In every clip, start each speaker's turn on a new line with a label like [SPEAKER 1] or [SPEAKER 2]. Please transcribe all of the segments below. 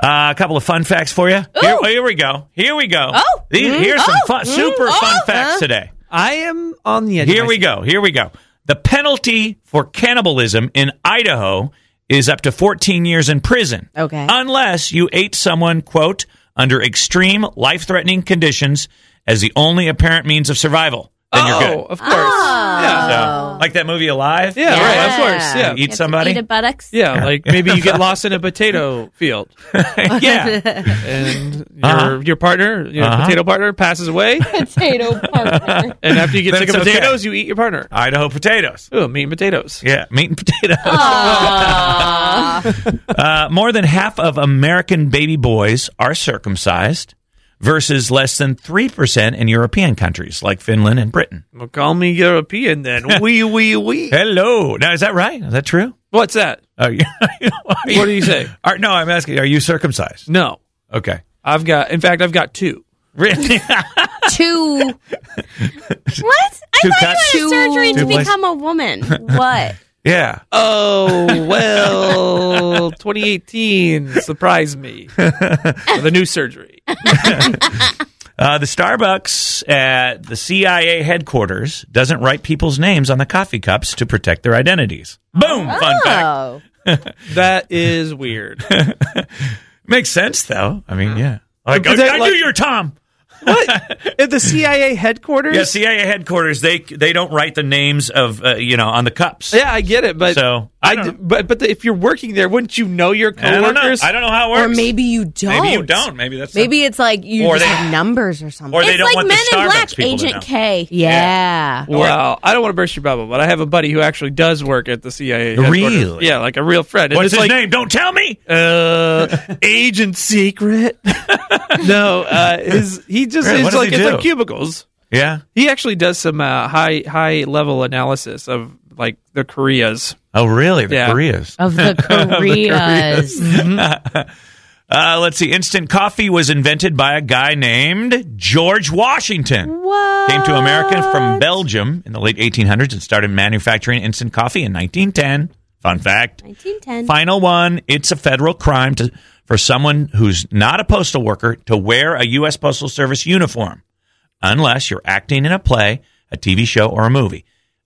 [SPEAKER 1] Uh, a couple of fun facts for you. Here, here we go. Here we go.
[SPEAKER 2] Oh.
[SPEAKER 1] These-
[SPEAKER 2] Mm.
[SPEAKER 1] here's some
[SPEAKER 2] Oh.
[SPEAKER 1] fun,
[SPEAKER 2] Mm.
[SPEAKER 1] super fun
[SPEAKER 2] Oh.
[SPEAKER 1] facts
[SPEAKER 2] Huh?
[SPEAKER 1] today.
[SPEAKER 3] I am on the edge.
[SPEAKER 1] Here we go. Here we go. The penalty for cannibalism in Idaho is up to 14 years in prison.
[SPEAKER 2] Okay.
[SPEAKER 1] Unless you ate someone, quote, under extreme life threatening conditions as the only apparent means of survival. Then
[SPEAKER 3] oh,
[SPEAKER 1] you're good.
[SPEAKER 3] of course.
[SPEAKER 2] Ah.
[SPEAKER 3] Yeah.
[SPEAKER 1] So, like that movie Alive?
[SPEAKER 3] Yeah, right. Of
[SPEAKER 2] Yeah.
[SPEAKER 3] course. Yeah.
[SPEAKER 1] You eat
[SPEAKER 2] You have to
[SPEAKER 1] somebody?
[SPEAKER 2] Eat a buttocks.
[SPEAKER 3] Yeah, like maybe you get lost in a potato field,
[SPEAKER 1] yeah.
[SPEAKER 3] and your
[SPEAKER 1] Uh-huh.
[SPEAKER 3] your partner, your
[SPEAKER 1] Uh-huh.
[SPEAKER 3] potato partner, passes away,
[SPEAKER 2] Potato partner.
[SPEAKER 3] and after you get
[SPEAKER 1] Then
[SPEAKER 3] sick of
[SPEAKER 1] it's okay.
[SPEAKER 3] potatoes, you eat your partner.
[SPEAKER 1] Idaho potatoes.
[SPEAKER 3] Ooh, meat and potatoes.
[SPEAKER 1] Yeah, meat and potatoes.
[SPEAKER 2] Oh, Aww.
[SPEAKER 1] Uh, more than half of American baby boys are circumcised versus less than 3% in European countries like Finland and Britain.
[SPEAKER 3] Well, call me European then. wee wee wee.
[SPEAKER 1] Hello. Now, is that right? Is that true?
[SPEAKER 3] What's that?
[SPEAKER 1] Are you,
[SPEAKER 3] What do you say?
[SPEAKER 1] Are, no, I'm asking, are you circumcised?
[SPEAKER 3] No,
[SPEAKER 1] Okay.
[SPEAKER 3] I've got. In fact, I've got two.
[SPEAKER 1] Really?
[SPEAKER 2] Two. What? I
[SPEAKER 1] Two
[SPEAKER 2] thought
[SPEAKER 1] cuts?
[SPEAKER 2] you had surgery
[SPEAKER 1] Two
[SPEAKER 2] to
[SPEAKER 1] places.
[SPEAKER 2] become a woman. What?
[SPEAKER 1] yeah.
[SPEAKER 3] Oh well, 2018 surprised me with a new surgery.
[SPEAKER 1] Uh, the Starbucks at the CIA headquarters doesn't write people's names on the coffee cups to protect their identities. Boom. Fun
[SPEAKER 3] Ah.
[SPEAKER 1] fact.
[SPEAKER 2] Oh.
[SPEAKER 3] That is weird.
[SPEAKER 1] Makes sense, though. I mean, yeah. Like,
[SPEAKER 3] But
[SPEAKER 1] I,
[SPEAKER 3] that,
[SPEAKER 1] I
[SPEAKER 3] like-
[SPEAKER 1] knew you were Tom.
[SPEAKER 3] At the CIA headquarters.
[SPEAKER 1] Yeah, CIA headquarters. They they don't write the names of uh, you know on the cups.
[SPEAKER 3] Yeah, I get it, but
[SPEAKER 1] So, I
[SPEAKER 3] I,
[SPEAKER 1] don't
[SPEAKER 3] d-
[SPEAKER 1] know.
[SPEAKER 3] but but the, if you're working there, wouldn't you know your
[SPEAKER 1] I don't know.
[SPEAKER 3] coworkers?
[SPEAKER 1] I don't know how it works.
[SPEAKER 4] Or maybe you don't.
[SPEAKER 1] Maybe you don't. Maybe that's
[SPEAKER 4] Maybe it's like you
[SPEAKER 1] Or
[SPEAKER 4] just
[SPEAKER 1] they-
[SPEAKER 4] have numbers or something.
[SPEAKER 1] Or they
[SPEAKER 2] it's
[SPEAKER 1] don't
[SPEAKER 2] like
[SPEAKER 1] want the
[SPEAKER 2] Men in
[SPEAKER 1] Starbucks
[SPEAKER 2] Black,
[SPEAKER 1] people to know.
[SPEAKER 2] Agent K.
[SPEAKER 4] yeah.
[SPEAKER 3] Well, I don't want to burst your bubble, but I have a buddy who actually does work at the CIA. headquarters.
[SPEAKER 1] Really?
[SPEAKER 3] Yeah, like a real friend. And
[SPEAKER 1] what's
[SPEAKER 3] it's
[SPEAKER 1] his
[SPEAKER 3] like,
[SPEAKER 1] name? Don't tell me.
[SPEAKER 3] Uh, agent secret. no, uh, his he just
[SPEAKER 1] Really? What does
[SPEAKER 3] it's like
[SPEAKER 1] he
[SPEAKER 3] it's
[SPEAKER 1] do?
[SPEAKER 3] like cubicles.
[SPEAKER 1] Yeah.
[SPEAKER 3] He actually does some uh, high high level analysis of like the Koreas.
[SPEAKER 1] Oh, really? The
[SPEAKER 3] Yeah.
[SPEAKER 1] Koreas.
[SPEAKER 4] Of the Koreas.
[SPEAKER 1] Uh, let's see. Instant coffee was invented by a guy named George Washington.
[SPEAKER 2] What?
[SPEAKER 1] Came to America from Belgium in the late 1800s and started manufacturing instant coffee in 1910. Fun fact.
[SPEAKER 2] 1910.
[SPEAKER 1] Final one. It's a federal crime to, for someone who's not a postal worker to wear a U.S. Postal Service uniform unless you're acting in a play, a TV show, or a movie.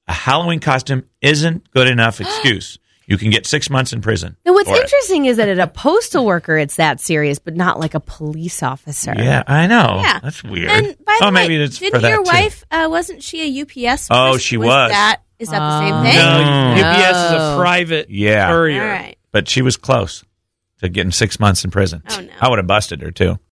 [SPEAKER 1] A Halloween costume isn't good enough excuse. You can get six months in prison.
[SPEAKER 4] Now, what's
[SPEAKER 1] for it.
[SPEAKER 4] interesting is that at a postal worker, it's that serious, but not like a police officer.
[SPEAKER 1] Yeah, I know.
[SPEAKER 2] Yeah.
[SPEAKER 1] That's weird.
[SPEAKER 2] And by
[SPEAKER 1] oh,
[SPEAKER 2] the way,
[SPEAKER 1] maybe it's
[SPEAKER 2] didn't
[SPEAKER 1] for that
[SPEAKER 2] your
[SPEAKER 1] too.
[SPEAKER 2] wife, uh, wasn't she a UPS?
[SPEAKER 1] Oh,
[SPEAKER 2] person?
[SPEAKER 1] she was.
[SPEAKER 2] That, is that the same
[SPEAKER 4] Oh.
[SPEAKER 2] thing?
[SPEAKER 1] No.
[SPEAKER 3] No, UPS is a
[SPEAKER 4] No.
[SPEAKER 3] private
[SPEAKER 1] Yeah.
[SPEAKER 3] courier.
[SPEAKER 2] All right.
[SPEAKER 1] But she was close to getting six months in prison.
[SPEAKER 2] Oh, no.
[SPEAKER 1] I would have busted her too.